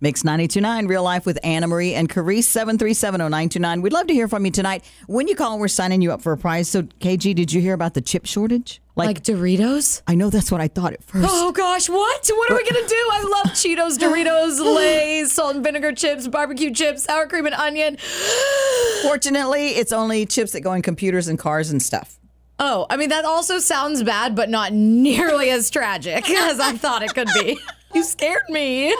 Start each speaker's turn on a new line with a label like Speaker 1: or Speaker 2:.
Speaker 1: Mix 929 Real Life with Anna Marie and Carice 7370929. We'd love to hear from you tonight. When you call, we're signing you up for a prize. So, KG, did you hear about the chip shortage?
Speaker 2: Like, Doritos?
Speaker 1: I know that's what I thought at first.
Speaker 2: Oh gosh, what? What are we gonna do? I love Cheetos, Doritos, Lay's, salt and vinegar chips, barbecue chips, sour cream and onion.
Speaker 1: Fortunately, it's only chips that go in computers and cars and stuff.
Speaker 2: Oh, I mean that also sounds bad, but not nearly as tragic as I thought it could be. You scared me.